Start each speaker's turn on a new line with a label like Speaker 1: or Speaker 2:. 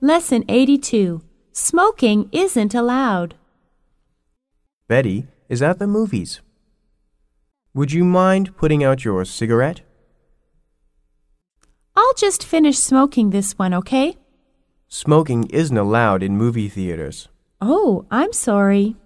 Speaker 1: Lesson 82 Smoking isn't allowed.
Speaker 2: Betty is at the movies. Would you mind putting out your cigarette?
Speaker 1: I'll just finish smoking this one, okay?
Speaker 2: Smoking isn't allowed in movie theaters.
Speaker 1: Oh, I'm sorry.